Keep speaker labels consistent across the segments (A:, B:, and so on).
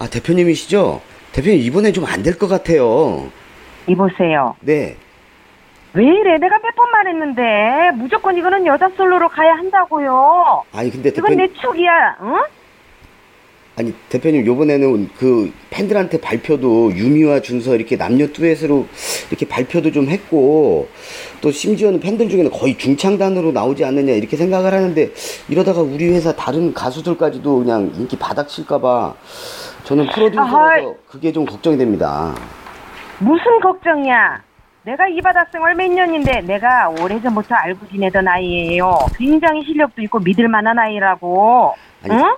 A: 아, 대표님이시죠? 대표님 이번엔 좀 안 될 것 같아요.
B: 이보세요.
A: 네.
B: 왜 이래? 내가 몇 번 말했는데 무조건 이거는 여자 솔로로 가야 한다고요.
A: 아니 근데
B: 이건
A: 대표님
B: 내 축이야. 응?
A: 아니 대표님 요번에는 그 팬들한테 발표도 유미와 준서 이렇게 남녀 듀엣으로 이렇게 발표도 좀 했고 또 심지어는 팬들 중에는 거의 중창단으로 나오지 않느냐 이렇게 생각을 하는데 이러다가 우리 회사 다른 가수들까지도 그냥 인기 바닥칠까봐 저는
B: 아하이.
A: 프로듀서라서 그게 좀 걱정이 됩니다.
B: 무슨 걱정이야? 내가 이바닥생활 몇 년인데 내가 오래전부터 알고 지내던 아이예요. 굉장히 실력도 있고 믿을 만한 아이라고.
A: 아니,
B: 응?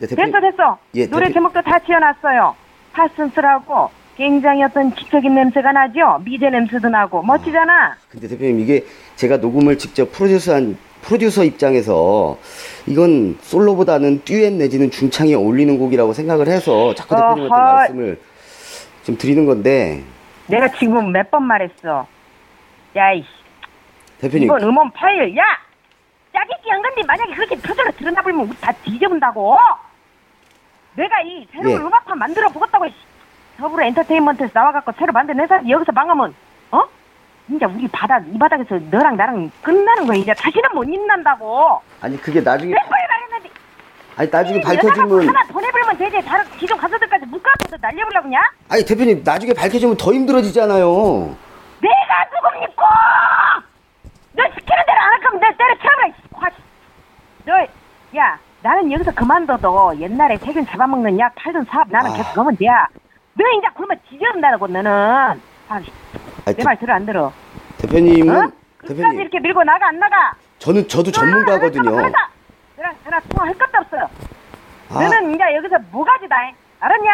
A: 네, 대표님.
B: 됐어 됐어.
A: 예,
B: 노래
A: 대표-
B: 제목도 다 지어놨어요. 파슨스라고 굉장히 어떤 지적인 냄새가 나죠. 미제 냄새도 나고 멋지잖아.
A: 근데 대표님 이게 제가 녹음을 직접 프로듀스한 프로듀서 입장에서 이건 솔로보다는 듀엣 내지는 중창에 어울리는 곡이라고 생각을 해서 자꾸 대표님한테
B: 어허이.
A: 말씀을 좀 드리는 건데
B: 내가 지금 몇 번 말했어. 야이
A: 대표님
B: 이번 음원 파일 야 짜깁기 한 건데 만약에 그렇게 표절로 드러나 버리면 우리 다 뒤져본다고. 내가 이 새로운
A: 예.
B: 음악판 만들어 보겠다고 씨. 더블 엔터테인먼트에서 나와갖고 새로 만든 회사 여기서 망하면 어? 이제 우리 바닥 이 바닥에서 너랑 나랑 끝나는 거야 이제 다시는 못 입는다고.
A: 아니 그게 나중에
B: 몇 번이나 했는데
A: 예. 아니 나중에
B: 여자가 뭐
A: 밝혀지면
B: 하나 보내버리면 되지 다른 기존 가수들까지 묶어서 날려보려고 그냥
A: 아니 대표님 나중에 밝혀지면 더 힘들어지잖아요.
B: 내가 누굽니까 너 시키는 대로 안 할 거면 내 때려쳐버려 너야 나는 여기서 그만둬도 옛날에 세균 잡아먹는 약 팔던 사업 나는
A: 아.
B: 계속 하면 돼야 너 이제 굶어 지저른다고 너는 아,
A: 아니,
B: 내 말 들어 안 들어
A: 대, 표님은
B: 어? 끝까지
A: 대표님
B: 이렇게 밀고 나가 안 나가
A: 저는 저도 전문가거든요.
B: 아, 그래 그래 통화할 것도 없어요
A: 아,
B: 너는 이제 여기서 뭐 무가지다 알았냐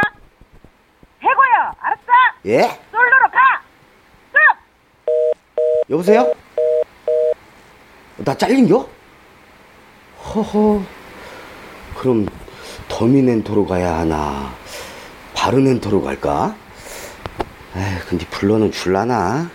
B: 해고요 알았어
A: 예?
B: 솔로로 가! 쭉!
A: 여보세요? 나 잘린겨? 허허. 그럼 더미넨토로 가야 하나? 바르넨토로 갈까? 에휴, 근데 불러는 줄라나?